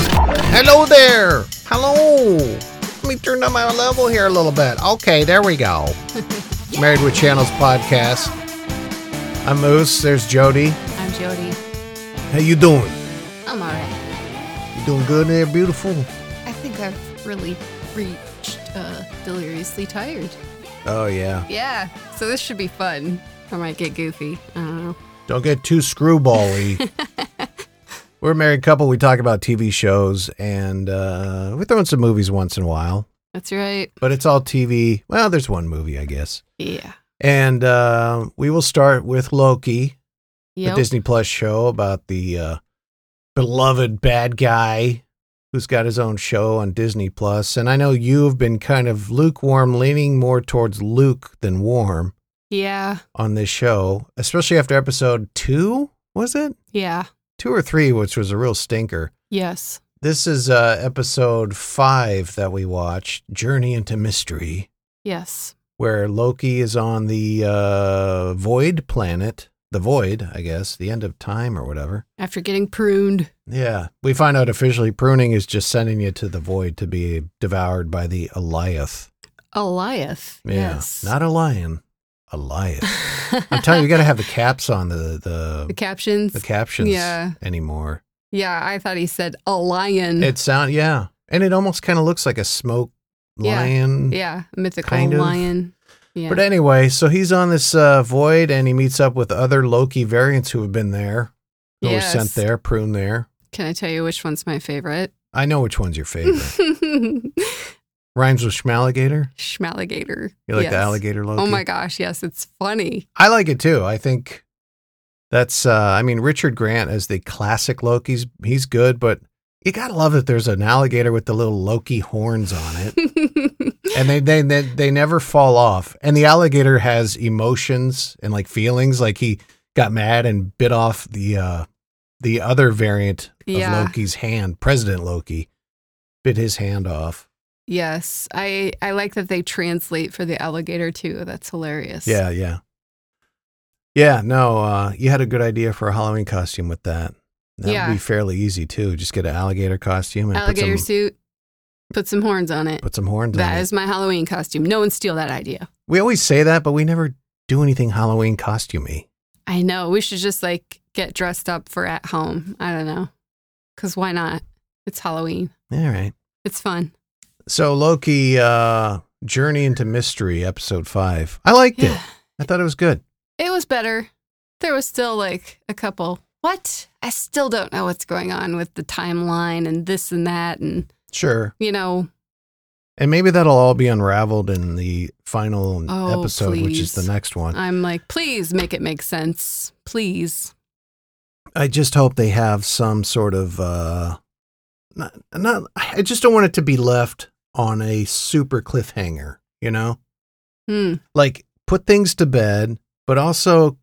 Hello there. Hello. Let me turn down my level here a little bit. Okay, there we go. Married with Channels podcast. I'm Moose. There's Jody. I'm Jody. How you doing? I'm alright. You doing good there, beautiful? I think I've really reached uh, deliriously tired. Oh yeah. Yeah, so this should be fun. I might get goofy. I don't know. Don't get too screwball-y. We're a married couple. We talk about TV shows and uh, we throw in some movies once in a while, That's right. but it's all TV. Well, there's one movie, I guess. Yeah. And uh, we will start with Loki. the Yep. Disney Plus show about the uh, beloved bad guy who's got his own show on Disney Plus. And I know you've been kind of lukewarm, leaning more towards Luke than warm Yeah. on this show, especially after episode two, was it? Yeah. Two or three, which was a real stinker. Yes. This is uh, episode five that we watched Journey into Mystery, Yes. where Loki is on the uh, void planet, the void, I guess, the end of time or whatever. After getting pruned. Yeah, we find out officially pruning is just sending you to the void to be devoured by the Eliath. Eliath. Yeah, Yes. not a lion, Eliath. I'm telling you, you got to have the caps on the the the, captions. the captions Yeah. Mm. anymore. yeah, I thought he said a lion. It sound yeah, and it almost kind of looks like a smoke Yeah. lion. yeah, mythical kind of. lion. Yeah. But anyway, so he's on this uh, void and he meets up with other Loki variants who have been there, who Yes. were sent there, pruned there. Can I tell you which one's my favorite? I know which one's your favorite. Rhymes with schmalligator. Schmalligator. You like yes. the alligator Loki? Oh my gosh, yes, it's funny. I like it too. I think that's uh I mean Richard Grant as the classic Loki's he's good, but you gotta love that there's an alligator with the little Loki horns on it. And they, they they they never fall off. And the alligator has emotions and like feelings. Like he got mad and bit off the uh the other variant of Yeah. Loki's hand, President Loki, bit his hand off. yes, I I like that they translate for the alligator too. That's hilarious. Yeah, yeah. Yeah, no, uh, you had a good idea for a Halloween costume with that. That would Yeah. be fairly easy too. Just get an alligator costume and alligator put some suit. Put some horns on it. put some horns on That it. is my Halloween costume. No one steal that idea. we always say that, but we never do anything Halloween costumey. I know. We should just like get dressed up for at home. I don't know. Cuz why not? It's Halloween. All right. It's fun. So Loki, uh, Journey into Mystery, episode five. I liked it. Yeah. I thought it was good. It was better. There was still like a couple. What? I still don't know what's going on with the timeline and this and that and Sure. you know, And maybe that'll all be unraveled in the final Oh, episode, which is the please. next one. I'm like, please make it make sense. Please. I just hope they have some sort of uh not, not I just don't want it to be left on a super cliffhanger, you know? Hmm. Like put things to bed, but also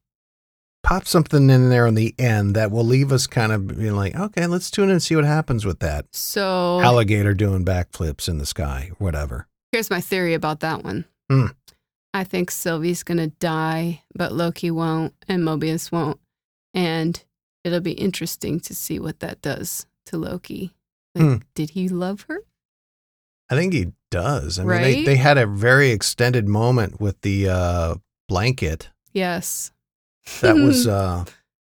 pop something in there on the end that will leave us kind of being like, okay, let's tune in and see what happens with that. So Alligator doing backflips in the sky, whatever. here's my theory about that one. Hmm. I think Sylvie's gonna die, but Loki won't and Mobius won't. And it'll be interesting to see what that does to Loki. Like, Hmm. did he love her? I think he does. I mean they, Right? they had a very extended moment with the uh blanket Yes. that was uh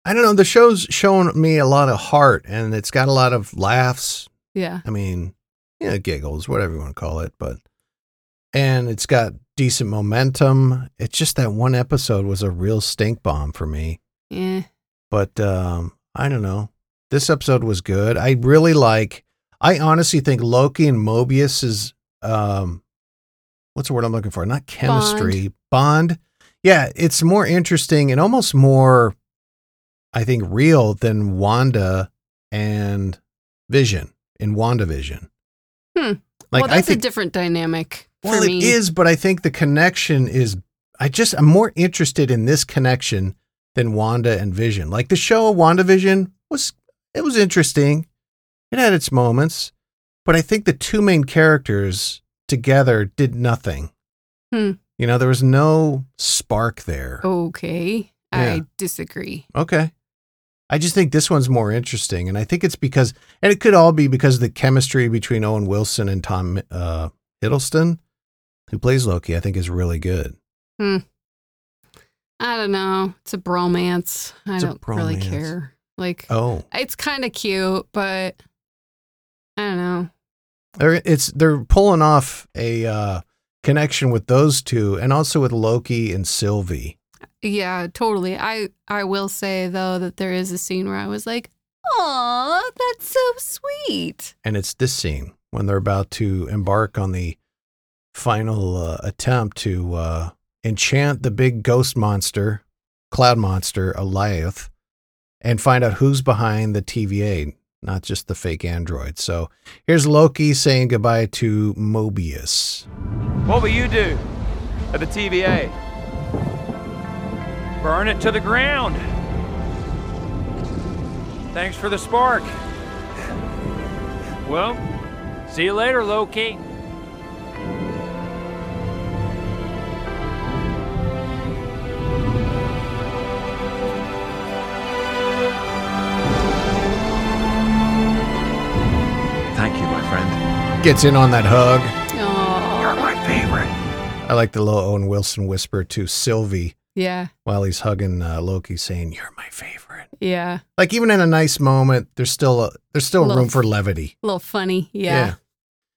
i don't know the show's shown me a lot of heart and it's got a lot of laughs yeah. i mean you know giggles whatever you want to call it but and it's got decent momentum it's just that one episode was a real stink bomb for me Yeah. but um i don't know this episode was good i really like i honestly think loki and mobius is um what's the word i'm looking for not chemistry bond, yeah it's more interesting and almost more i think real than wanda and vision in wandavision Hmm. like well, i that's think a different dynamic for well, me. it is, but I think the connection is. I just I'm more interested in this connection than Wanda and Vision. Like the show WandaVision was, it was interesting. It had its moments, but I think the two main characters together did nothing. Hmm. Oh, You know, there was no spark there. Okay. Yeah. I disagree. Okay. I just think this one's more interesting, and I think it's because, and it could all be because of the chemistry between Owen Wilson and Tom uh, Hiddleston, who plays Loki. I think is really good. I don't know. It's a bromance. I It's a don't really bromance. care. Like Oh, it's kind of cute, but I don't know. they're, it's they're pulling off a uh, connection with those two, and also with Loki and Sylvie. Yeah, totally. I I will say though that there is a scene where I was like, "Aw, that's so sweet." and it's this scene when they're about to embark on the final uh, attempt to uh, enchant the big ghost monster, cloud monster, Eliath, and find out who's behind the TVA, not just the fake android. So here's Loki saying goodbye to Mobius. What will you do at the TVA? Burn it to the ground. Thanks for the spark. Well, see you later, Loki. Thank you, my friend. Gets in on that hug. Oh, My favorite. I like the little Owen Wilson whisper to Sylvie yeah, while he's hugging uh, Loki, saying, "You're my favorite." yeah, Like even in a nice moment, there's still a, there's still Love. room for levity. a little funny. Yeah,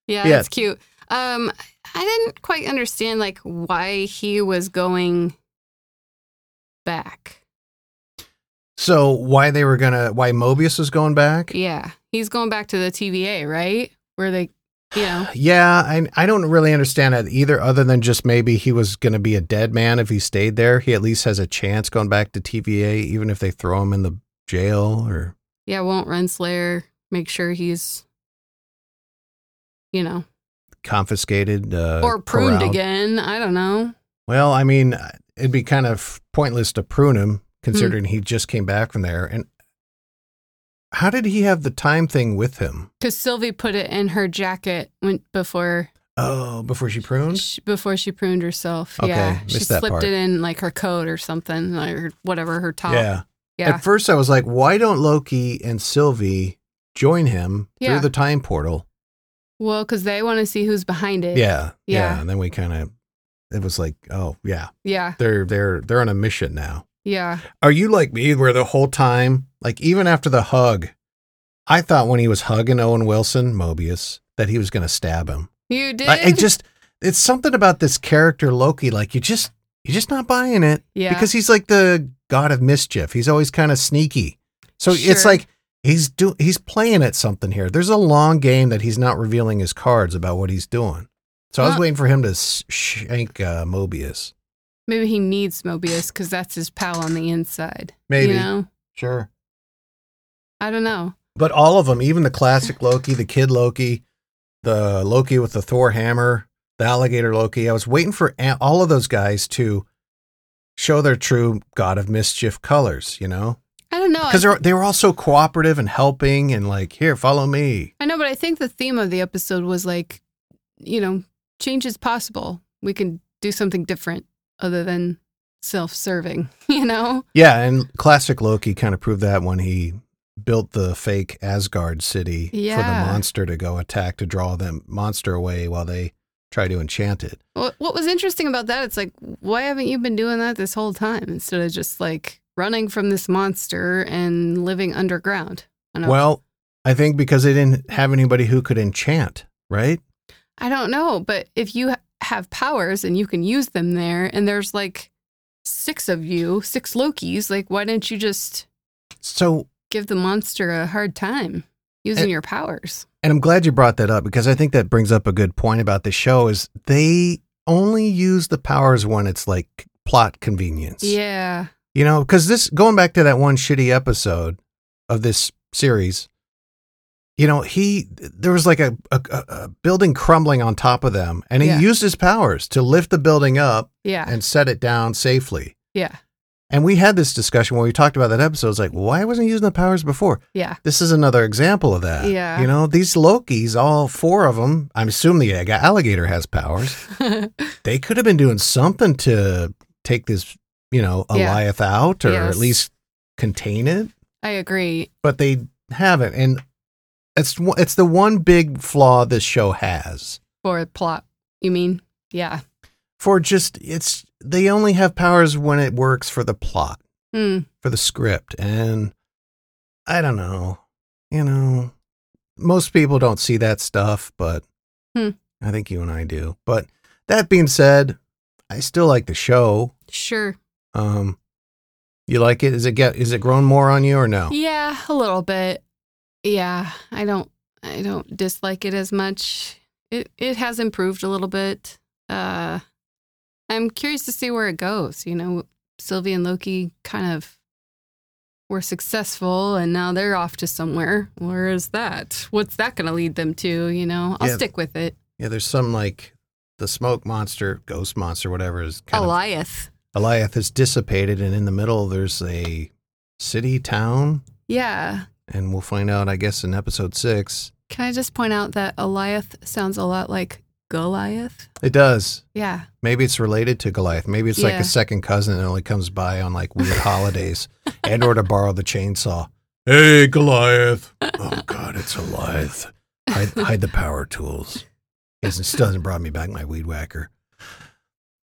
yeah, Yeah. it's cute. Um, I didn't quite understand like why he was going back. So why they were gonna why Mobius was going back? Yeah, he's going back to the TVA, right? Where they, you know, Yeah, I I don't really understand that either, other than just maybe he was gonna be a dead man if he stayed there. He at least has a chance going back to TVA, even if they throw him in the jail or yeah, won't Renslayer make sure he's, you know, confiscated uh, or pruned corralled. again. I don't know. Well, I mean, it'd be kind of pointless to prune him Hmm. considering he just came back from there. And how did he have the time thing with him? Because Sylvie put it in her jacket when before Oh, before she pruned? she, before she pruned herself. Okay, yeah, missed she that slipped part. it in like her coat or something or whatever her top. Yeah. yeah. At first, I was like, why don't Loki and Sylvie join him Yeah. through the time portal? Well, because they want to see who's behind it. Yeah, Yeah. And then we kind of, it was like, oh yeah, yeah, they're they're they're on a mission now. yeah. Are you like me, where the whole time, like even after the hug, I thought when he was hugging Owen Wilson, Mobius, that he was going to stab him. You did. I, I just, it's something about this character Loki. Like you just, you're just not buying it. yeah. because he's like the god of mischief. He's always kind of sneaky. So it's Sure. like he's do he's playing at something here. There's a long game that he's not revealing his cards about what he's doing. So I was Well- waiting for him to s- shank uh, Mobius. Maybe he needs Mobius because that's his pal on the inside. Maybe. You know? Sure. I don't know. But all of them, even the classic Loki, the kid Loki, the Loki with the Thor hammer, the alligator Loki, I was waiting for a- all of those guys to show their true god of mischief colors, you know? I don't know. Oh, I because they're they were all so cooperative and helping and like here follow me I know, but I think the theme of the episode was like, you know, change is possible. We can do something different other than self serving, you know? yeah and classic loki kind of proved that when he built the fake asgard city for Yeah. the monster to go attack to draw the monster away while they try to enchant it What, what was interesting about that, it's like, why haven't you been doing that this whole time instead of just like running from this monster and living underground? I don't, well i think because they didn't have anybody who could enchant right I don't know, but if you ha- have powers and you can use them there, and there's like six of you, six Lokis, like, why didn't you just so give the monster a hard time using And- your powers? and i'm glad you brought that up because i think that brings up a good point about the show is they only use the powers when it's like plot convenience Yeah. You know, because this going back to that one shitty episode of this series, you know, he there was like a a, a- a building crumbling on top of them, and he Yeah. used his powers to lift the building up Yeah. and set it down safely. yeah. And we had this discussion when we talked about that episode. It's like, why wasn't he using the powers before? Yeah. This is another example of that. Yeah. You know, these Lokis, all four of them, I'm assuming the alligator has powers. yeah. they could have been doing something to take this, you know, Yeah. Eliath out or Yes. at least contain it. I agree. but they haven't. And it's one- it's the one big flaw this show has. For a plot, you mean? Yeah. For just it's they only have powers when it works for the plot, Hmm. for the script, and I don't know. You know, most people don't see that stuff, but Hmm. I think you and I do. But that being said, I still like the show. Sure. Um, you like it? Is it get? Is it grown more on you or no? Yeah, a little bit. Yeah, I don't I don't dislike it as much. It it has improved a little bit. Uh I'm curious to see where it goes, you know, Sylvie and Loki kind of were successful and now they're off to somewhere. Where is that? What's that going to lead them to, you know? I'll Yeah. stick with it. Yeah, there's some like the smoke monster, ghost monster, whatever is kind of Eliath. Eliath is dissipated, and in the middle there's a city town, Yeah. and we'll find out, I guess, in episode six. Can I just point out that Eliath sounds a lot like Goliath? It does. Yeah. Maybe it's related to Goliath. Maybe it's like Yeah. a second cousin that only comes by on like weird holidays, and or to borrow the chainsaw. Hey, Goliath! Oh God, it's Goliath. Hide, hide the power tools. He hasn't- still hasn't brought me back my weed whacker.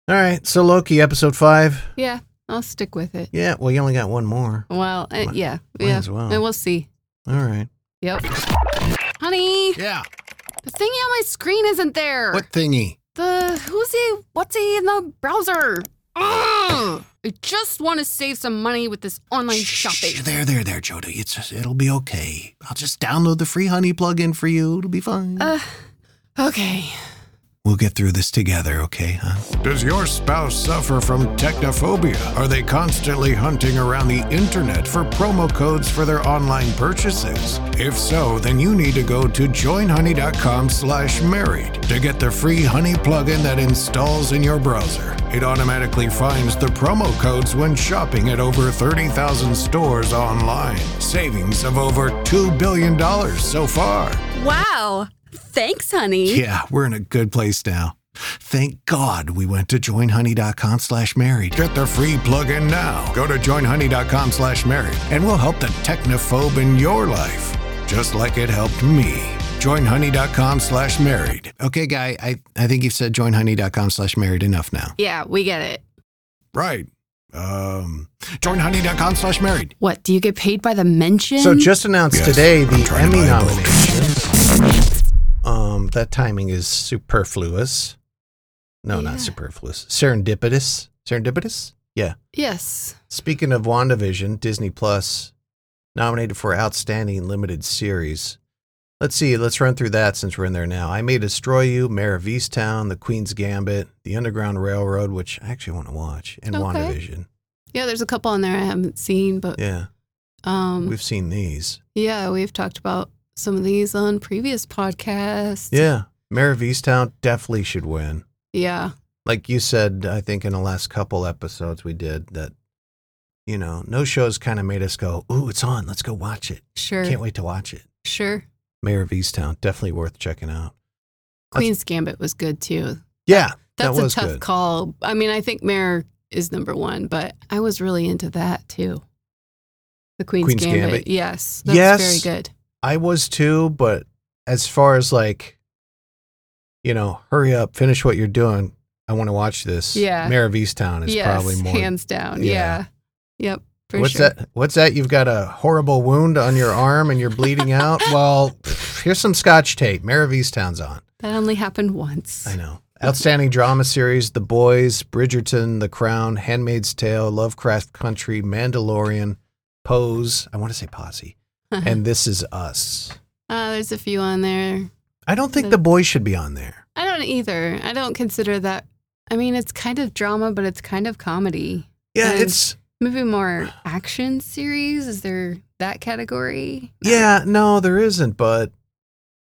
All right, so Loki, episode five. Yeah, I'll stick with it. Yeah, well, you only got one more. Well, uh, Might- yeah, might yeah. as well. And we'll see. All right. Yep. Honey, Yeah. the thingy on my screen isn't there. What thingy? The who's he? What's he in the browser? Ugh! I just want to save some money with this online shopping. There, there, there, Jody. It's it'll be okay. I'll just download the free honey plugin for you. It'll be fine. Uh, okay. we'll get through this together, okay, huh? Does your spouse suffer from technophobia? Are they constantly hunting around the internet for promo codes for their online purchases? If so, then you need to go to joinhoney.com slash married to get the free honey plugin that installs in your browser. It automatically finds the promo codes when shopping at over 30,000 stores online. Savings of over $2 billion so far. Wow. Thanks, honey. Yeah, we're in a good place now. Thank God we went to joinhoney.com slash married. Get the free plug-in now. Go to joinhoney.com slash married and we'll help the technophobe in your life, just like it helped me. Joinhoney.com slash married. Okay, guy, I, I think you've said joinhoney.com slash married enough now. Yeah, we get it. Right. Um, joinhoney.com slash married. What? Do you get paid by the mention? So just announced Yes, today I'm the trying to Emmy buy a boat. nomination. Um, that timing is superfluous. No, Yeah. not superfluous. Serendipitous. Serendipitous. Yeah. yes. Speaking of WandaVision, Disney Plus nominated for outstanding limited series. Let's see. Let's run through that since we're in there now. I May Destroy You, Mayor of Easttown, The Queen's Gambit, The Underground Railroad, which I actually want to watch, and Okay. WandaVision. Yeah, there's a couple on there I haven't seen, but Yeah, um, we've seen these. yeah, we've talked about some of these on previous podcasts. Yeah, Mayor of Easttown definitely should win. Yeah. like you said, I think in the last couple episodes we did that, you know, no shows kind of made us go, ooh, it's on. Let's go watch it. Sure. Can't wait to watch it. Sure. Mayor of Easttown, definitely worth checking out. That's- Queen's Gambit was good too. Yeah. That's that a was tough good. call. I mean, I think Mare is number one, but I was really into that too. The Queen's, Queen's Gambit. Gambit. Yes. That's Yes. very good. I was too, but as far as like, you know, hurry up, finish what you're doing. I want to watch this. Yeah. Mayor of Easttown is yes. probably more. Hands down. Yeah. Yeah. Yep. For What's sure. that? What's that? You've got a horrible wound on your arm and you're bleeding out. Well, here's some scotch tape. Mayor of Easttown's on. That only happened once. I know. Outstanding drama series: The Boys, Bridgerton, The Crown, Handmaid's Tale, Lovecraft Country, Mandalorian, Pose. I want to say Posse, and This Is Us. Uh, there's a few on there. I don't Hmm. think The Boys should be on there. I don't either. I don't consider that. I mean, it's kind of drama, but it's kind of comedy. Yeah, Mm. it's Maybe more action series. Is there that category? yeah. uh, No, there isn't. But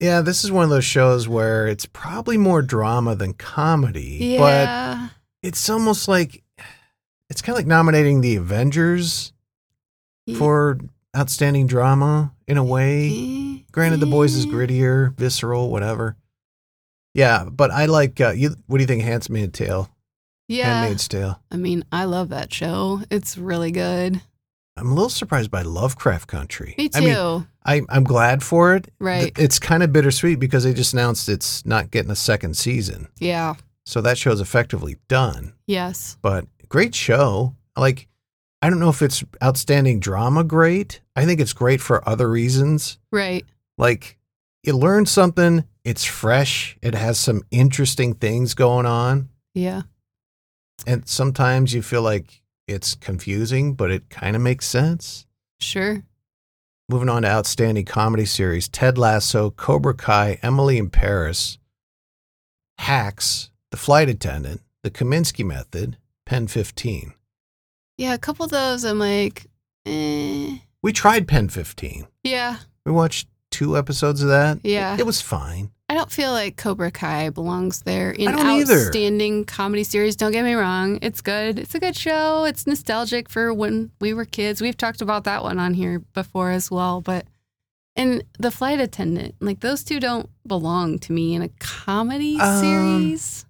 yeah, this is one of those shows where it's probably more drama than comedy. But Yeah. it's almost like it's kind of like nominating The Avengers Ye- for outstanding drama in a way. eh, Granted, the boys is eh. grittier, visceral, whatever. Yeah, but I like uh, you. What do you think, Handmaid's Tale? Yeah, Handmaid's Tale. I mean, I love that show. It's really good. I'm a little surprised by Lovecraft Country. Me too. I mean, I, I'm glad for it. Right. It's kind of bittersweet because they just announced it's not getting a second season. yeah. So that show's effectively done. Yes. But great show. Like, I don't know if it's outstanding drama great. I think it's great for other reasons. Right. Like, you learn something, it's fresh, it has some interesting things going on. Yeah. And sometimes you feel like it's confusing, but it kind of makes sense. Sure. Moving on to outstanding comedy series Ted Lasso, Cobra Kai, Emily in Paris, Hacks, The Flight Attendant, The Kaminsky Method, Pen 15. Yeah. A couple of those, I'm like, eh. We tried Pen 15. Yeah. We watched two episodes of that. Yeah. It, was fine. I don't feel like Cobra Kai belongs there in I don't either. outstanding comedy series. Don't get me wrong. It's good. It's a good show. It's nostalgic for when we were kids. We've talked about that one on here before as well. But and the flight attendant, like those two don't belong to me in a comedy Um, series.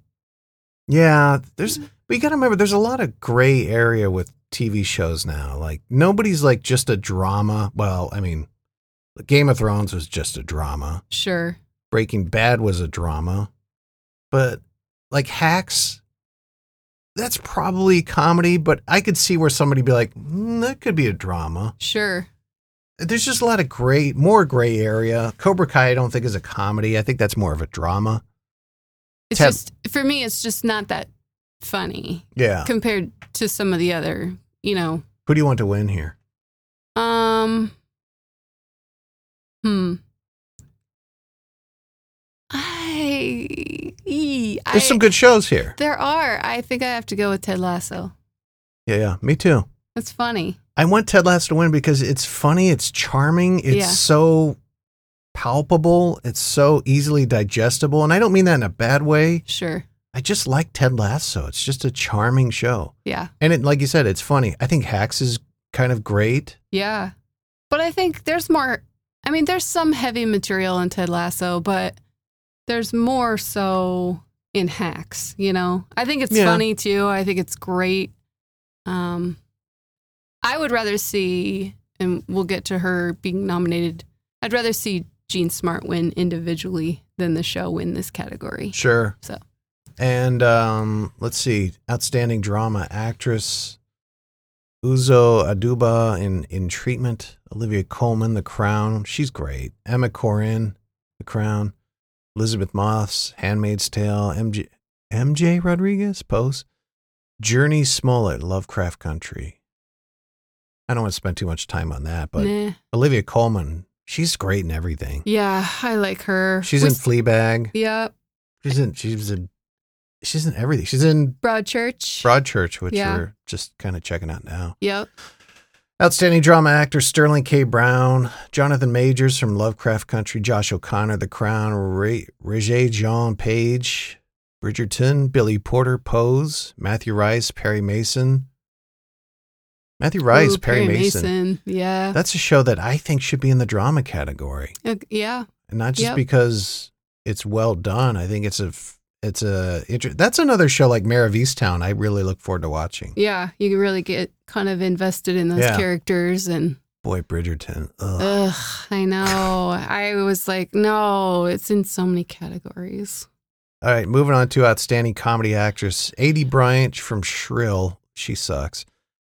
Yeah. There's, but you got to remember, there's a lot of gray area with TV shows now. Like, nobody's like just a drama. Well, I mean, Game of Thrones was just a drama. Sure. Breaking Bad was a drama, but like Hacks, that's probably comedy. But I could see where somebody be like, mm, that could be a drama. Sure. There's just a lot of gray, more gray area. Cobra Kai, I don't think is a comedy. I think that's more of a drama. It's Tab- just for me it's just not that funny Yeah. compared to some of the other, you know, Who do you want to win here? Um. Hmm. I. ee, I- There's some good shows here. There are. I think I have to go with Ted Lasso. Yeah, yeah. Me too. That's funny. I want Ted Lasso to win because it's funny, it's charming, it's Yeah. so palpable, it's so easily digestible, and I don't mean that in a bad way. Sure. I just like Ted Lasso. It's just a charming show. Yeah. And it, like you said, it's funny. I think Hacks is kind of great. Yeah. But I think there's more. I mean, there's some heavy material in Ted Lasso, but there's more so in Hacks. You know, I think it's Yeah. funny too. I think it's great. Um, I would rather see, and we'll get to her being nominated. I'd rather see Gene Smart win individually than the show win this category. Sure. So. And um, let's see, outstanding drama actress Uzo Aduba in in Treatment, Olivia Colman, The Crown. She's great. Emma Corrin, The Crown. Elizabeth Moss, Handmaid's Tale. MJ MJ Rodriguez, Pose. Journey Smollett, Lovecraft Country. I don't want to spend too much time on that, but nah. Olivia Colman, she's great in everything. Yeah, I like her. She's We in s- Fleabag. Yeah, She's in. She's in. She's in everything. She's in Broadchurch. Broadchurch, which Yeah. we're just kind of checking out now. yep. Outstanding drama actor Sterling K. Brown, Jonathan Majors from Lovecraft Country, Josh O'Connor, The Crown, Ray, Roger Jean Page, Bridgerton, Billy Porter, Pose, Matthew Rice, Perry Mason. Matthew Rice, Ooh, Perry, Mason. Mason. Yeah. That's a show that I think should be in the drama category. Uh, yeah. and not just Yep. because it's well done. I think it's a f- it's a inter- that's another show like Mayor of Easttown. I really look forward to watching. Yeah, you can really get kind of invested in those Yeah. characters and Boy, Bridgerton. Ugh. ugh, I know. I was like, no, it's in so many categories. All right, moving on to outstanding comedy actress Adi Bryant from Shrill. She sucks.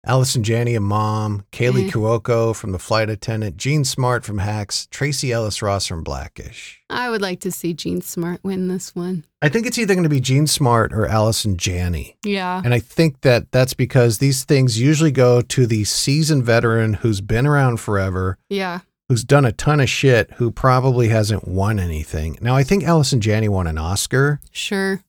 Allison Janney, a mom. Mhm. Kaylee Cuoco from The Flight Attendant. Gene Smart from Hacks. Tracy Ellis Ross from Blackish. I would like to see Gene Smart win this one. I think it's either going to be Gene Smart or Allison Janney. Yeah. And I think that that's because these things usually go to the seasoned veteran who's been around forever, Yeah. who's done a ton of shit, who probably hasn't won anything. Now, I think Allison Janney won an Oscar, Sure.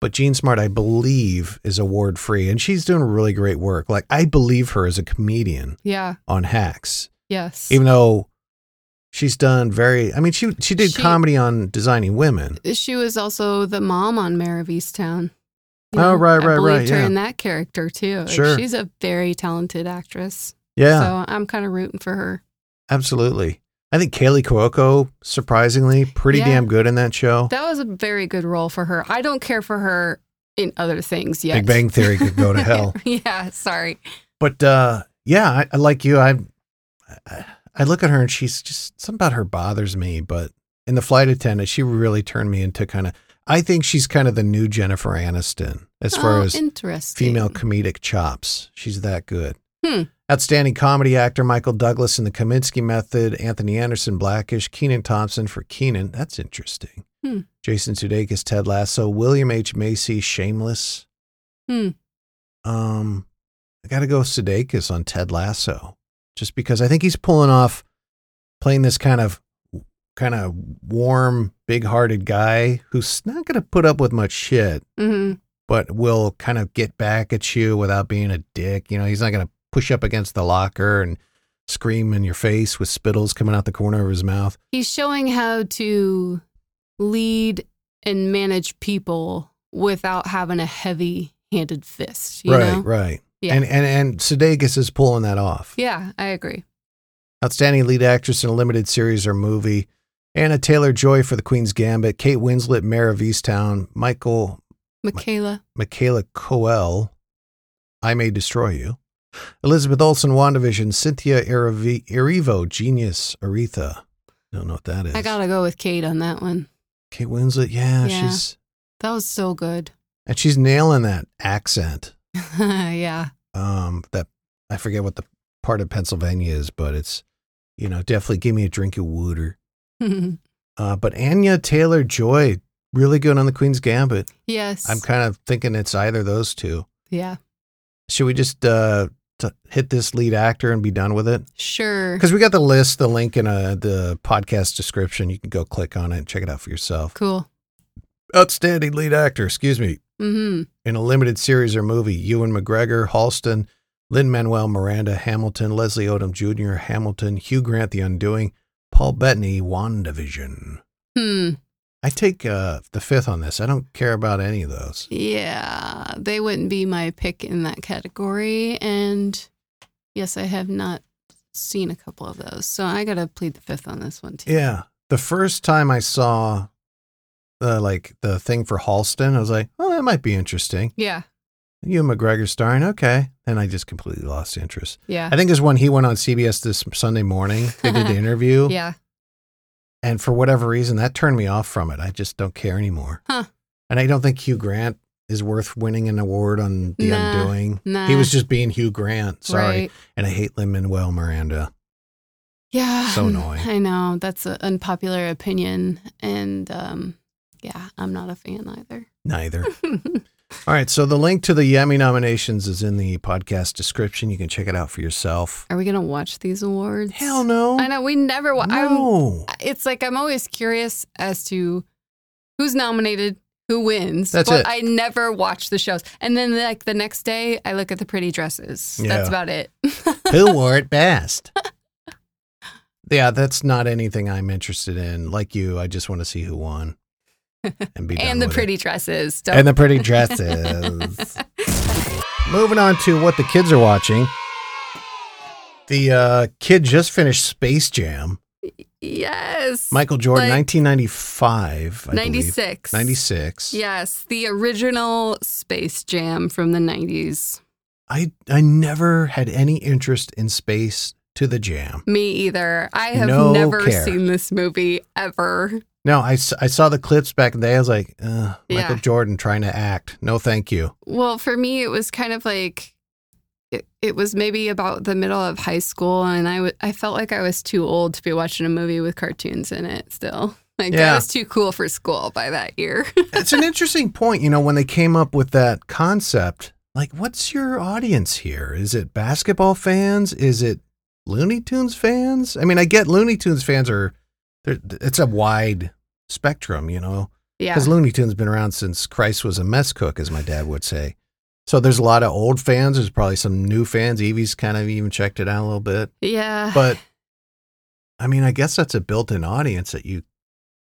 but Jean Smart, I believe, is award free and she's doing really great work. Like, I believe her as a comedian Yeah. on Hacks, Yes. even though she's done very, I mean, she, she did She- comedy on Designing Women. she was also the mom on Mayor of Easttown. You Oh, right, I right, believed right, Her yeah. in that character too. Like, Sure. she's a very talented actress. Yeah. So I'm kind of rooting for her. Absolutely. I think Kaylee Cuoco, surprisingly, pretty Yeah. damn good in that show. That was a very good role for her. I don't care for her in other things yet. Big Bang Theory could go to hell. yeah, sorry. But uh, yeah, I, I like you. I, I I look at her and she's just something about her bothers me. But in the flight attendant, she really turned me into kind of. I think she's kind of the new Jennifer Aniston as far Oh, as interesting. female comedic chops. She's that good. Hmm. Outstanding comedy actor Michael Douglas in The Kaminsky Method, Anthony Anderson Blackish, Keenan Thompson for Keenan. That's interesting. Hmm. Jason Sudeikis, Ted Lasso, William H Macy, Shameless. Hmm. Um, I got to go with Sudeikis on Ted Lasso, just because I think he's pulling off playing this kind of kind of warm, big-hearted guy who's not going to put up with much shit hmm but will kind of get back at you without being a dick. You know, he's not going to push up against the locker and scream in your face with spittles coming out the corner of his mouth. He's showing how to lead and manage people without having a heavy handed fist. You right, know? right. Yeah. And and and Sudeikis is pulling that off. Yeah, I agree. Outstanding lead actress in a limited series or movie. Anna Taylor Joy for The Queen's Gambit, Kate Winslet, Mayor of Easttown, Michael Michaela. Michaela Coel, I May Destroy You, Elizabeth Olsen, WandaVision, Cynthia Erivo, Erivo Genius, Aretha. Don't know what that is. I gotta go with Kate on that one. Kate Winslet, yeah, Yeah. she's That was so good. and she's nailing that accent. yeah. Um, that I forget what the part of Pennsylvania is, but it's you know definitely give me a drink of water. Uh, but Anya Taylor Joy, really good on the Queen's Gambit. yes. I'm kind of thinking it's either those two. yeah. Should we just uh t- hit this lead actor and be done with it? Sure. Because we got the list, the link in uh, the podcast description. You can go click on it and check it out for yourself. Cool. Outstanding lead actor, excuse me. Mm-hmm. in a limited series or movie. Ewan McGregor, Halston, Lin Manuel Miranda, Hamilton, Leslie Odom Jr., Hamilton, Hugh Grant, The Undoing, Paul Bettany, WandaVision. Hmm. I take uh, the fifth on this. I don't care about any of those. Yeah. They wouldn't be my pick in that category. And yes, I have not seen a couple of those. So I gotta plead the fifth on this one too. Yeah. The first time I saw the like the thing for Halston, I was like, oh, that might be interesting. Yeah. Ewan McGregor starring, okay. And I just completely lost interest. Yeah. I think is when he went on CBS this Sunday morning. They did the interview. Yeah. And for whatever reason, that turned me off from it. I just don't care anymore. Huh. And I don't think Hugh Grant is worth winning an award on The Nah, Undoing. nah. He was just being Hugh Grant. Sorry. Right. And I hate Lin Manuel Miranda. Yeah. So annoying. I know. That's an unpopular opinion. And um, yeah, I'm not a fan Neither. either. All right. So the link to the Yemi nominations is in the podcast description. You can check it out for yourself. Are we going to watch these awards? Hell no. I know. We never watch. no. It's like I'm always curious as to who's nominated, who wins. That's but it. I never watch the shows. And then, like, the next day, I look at the pretty dresses. Yeah. That's about it. Who wore it best? Yeah, that's not anything I'm interested in. Like you, I just want to see who won and be done and the with it. pretty dresses. Don't- and the pretty dresses. Moving on to what the kids are watching. The uh, kid just finished Space Jam. yes. Michael Jordan, Like- 1995. I believe. 96. 96. Yes, the original Space Jam from the 90s. I, I never had any interest in space to the jam. Me either. I have No never care. seen this movie ever. No, I, s- I saw the clips back in the day. I was like, uh, Michael Yeah. Jordan trying to act. No, thank you. Well, for me, it was kind of like it, it was maybe about the middle of high school, and I wa- I felt like I was too old to be watching a movie with cartoons in it still. Like, Yeah. I was too cool for school by that year. it's an interesting point, you know, when they came up with that concept. Like, what's your audience here? Is it basketball fans? Is it Looney Tunes fans? I mean, I get Looney Tunes fans are, they're- it's a wide spectrum, you know, yeah. because Looney Tunes been around since Christ was a mess cook, as my dad would say. So there's a lot of old fans. There's probably some new fans. Evie's kind of even checked it out a little bit, Yeah. but I mean, I guess that's a built-in audience that you.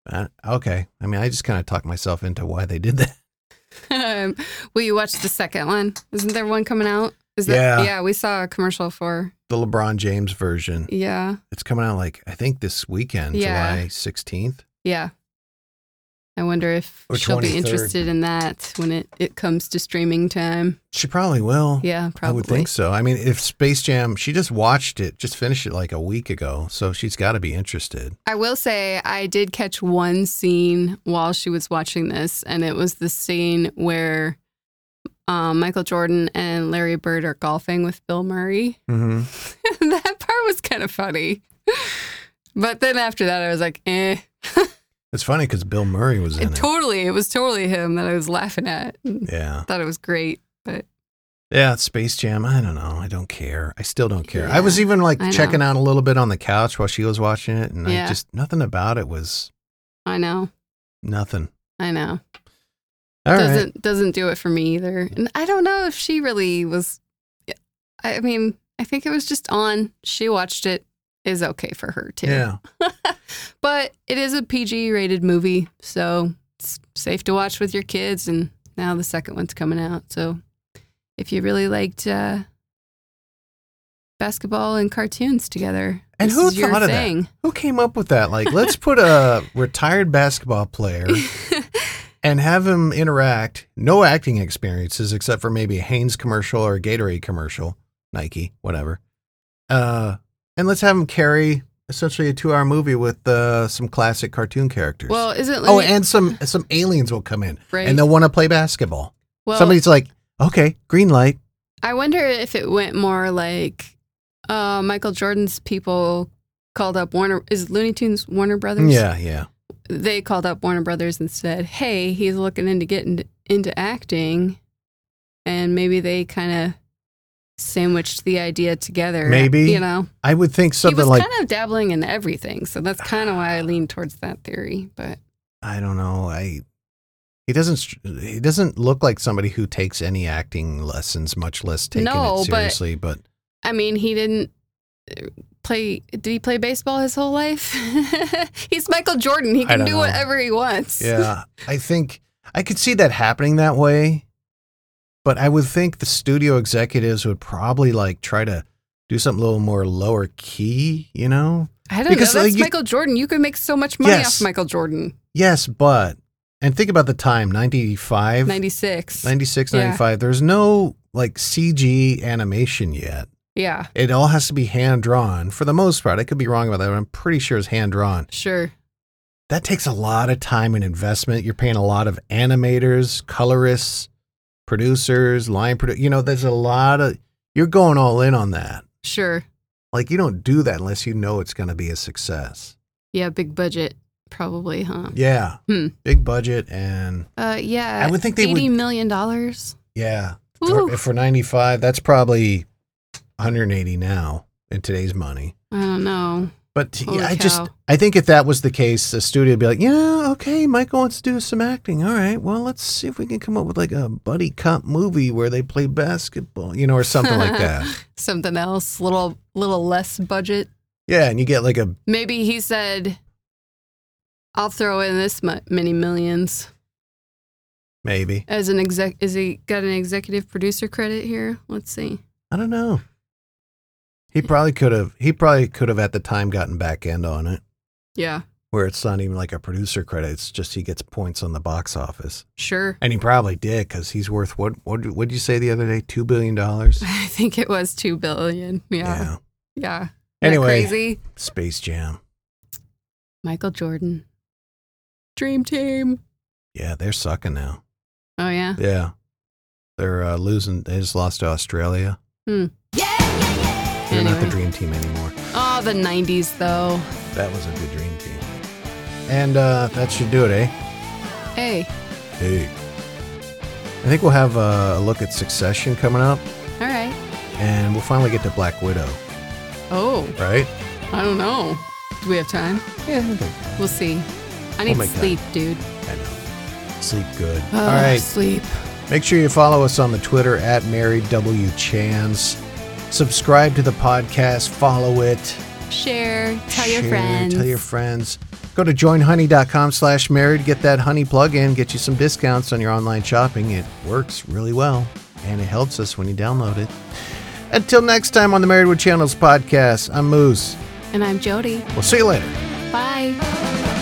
Uh, okay, I mean, I just kind of talked myself into why they did that. um, will you watch the second one? Isn't there one coming out? Is that, Yeah. yeah, we saw a commercial for. the LeBron James version. Yeah. It's coming out like I think this weekend, Yeah. July 16th. Yeah. I wonder if Or she'll 23rd. be interested in that when it, it comes to streaming time. She probably will. Yeah, I probably. would think so. I mean, if Space Jam, she just watched it, just finished it like a week ago, so she's got to be interested. I will say I did catch one scene while she was watching this, and it was the scene where um, Michael Jordan and Larry Bird are golfing with Bill Murray. Mm-hmm. that part was kind of funny. But then after that, I was like, eh. It's funny because Bill Murray was in It it. totally, it was totally him that I was laughing at. yeah, Thought it was great, but yeah. it's Space Jam. I don't know. I don't care. I still don't care. I Yeah, was even like I know. checking out a little bit on the couch while she was watching it, and I Yeah. just nothing about it was I know, nothing. I know. All right. doesn't doesn't do it for me either. And I don't know if she really was. I mean, I think it was just on. She watched it. Is okay for her too. Yeah. But it is a PG rated movie, so it's safe to watch with your kids. And now the second one's coming out. So if you really liked uh, basketball and cartoons together, And this who is your thought of that? thing. Who came up with that? Like, let's put a retired basketball player and have him interact, no acting experiences except for maybe a Hanes commercial or a Gatorade commercial, Nike, whatever. Uh, and let's have him carry essentially a two hour movie with uh, some classic cartoon characters. Well, isn't oh, Lenny- and some some aliens will come in right? and they'll want to play basketball. well, Somebody's like, okay, green light. I wonder if it went more like uh, Michael Jordan's people called up Warner. Is Looney Tunes Warner Brothers? Yeah, yeah. They called up Warner Brothers and said, "Hey, he's looking into getting into acting," and maybe they kind of sandwiched the idea together. Maybe. you know I would think he something was like kind of dabbling in everything, so that's kind of why I lean towards that theory. But I don't know. I he doesn't str- he doesn't look like somebody who takes any acting lessons, much less taking No, it but- seriously. But, I mean, he didn't uh, play. Did he play baseball his whole life? he's Michael Jordan. He I can don't do know. whatever he wants. yeah, I think I could see that happening that way. But I would think the studio executives would probably like try to do something a little more lower key, you know? I don't Because, know. like, That's you- Michael Jordan. You can make so much money Yes. off Michael Jordan. Yes, but and think about the time 95, 96. 96, Yeah. 95. There's no like CG animation yet. yeah, It all has to be hand drawn for the most part. I could be wrong about that, but I'm pretty sure it's hand drawn. sure. That takes a lot of time and investment. You're paying a lot of animators, colorists, producers, line produ- You know, there's a lot of you're going all in on that. Sure. Like you don't do that unless you know it's going to be a success. Yeah, big budget probably, huh? Yeah, Hmm. big budget and Uh yeah. I would think they would- eighty million dollars. yeah. Ooh. For, for 95, that's probably 180 now in today's money. I don't know. But yeah, Holy I just cow. I think if that was the case, the studio would be like, yeah, okay, Michael wants to do some acting. All right, well, let's see if we can come up with like a buddy cop movie where they play basketball, you know, or something like that. Something else, little little less budget. Yeah, and you get like a Maybe he said I'll throw in this mu- many millions maybe as an exec. Is he got an executive producer credit here? Let's see. I don't know. He probably could have. He probably could have at the time gotten back end on it, Yeah, where it's not even like a producer credit. It's just he gets points on the box office, sure. and he probably did because he's worth what? What? What did you say the other day? Two billion dollars. I think it was two billion. Yeah, yeah. Isn't that Anyway, crazy. Space Jam. Michael Jordan. Dream team. Yeah, they're sucking now. Oh yeah. Yeah. They're uh, losing. They just lost to Australia. Hmm. They're not the Anyway. dream team anymore. Oh, the '90s though. That was a good dream team. And uh, that should do it, eh? Hey, Hey. I think we'll have uh, a look at Succession coming up, all right. and we'll finally get to Black Widow, Oh, right? I don't know. Do we have time? Yeah. We'll see. I We'll need make time. sleep, dude. I know. Sleep good. Oh, All right. Sleep. Make sure you follow us on the Twitter at Mary W. Chans. Subscribe to the podcast. Follow it. Share. Tell your Share, friends. Tell your friends. Go to joinhoney.com slash married, get that honey plug-in, get you some discounts on your online shopping. It works really well, and it helps us when you download it. Until next time on the Married with Channels podcast, I'm Moose. and I'm Jody. We'll see you later. Bye.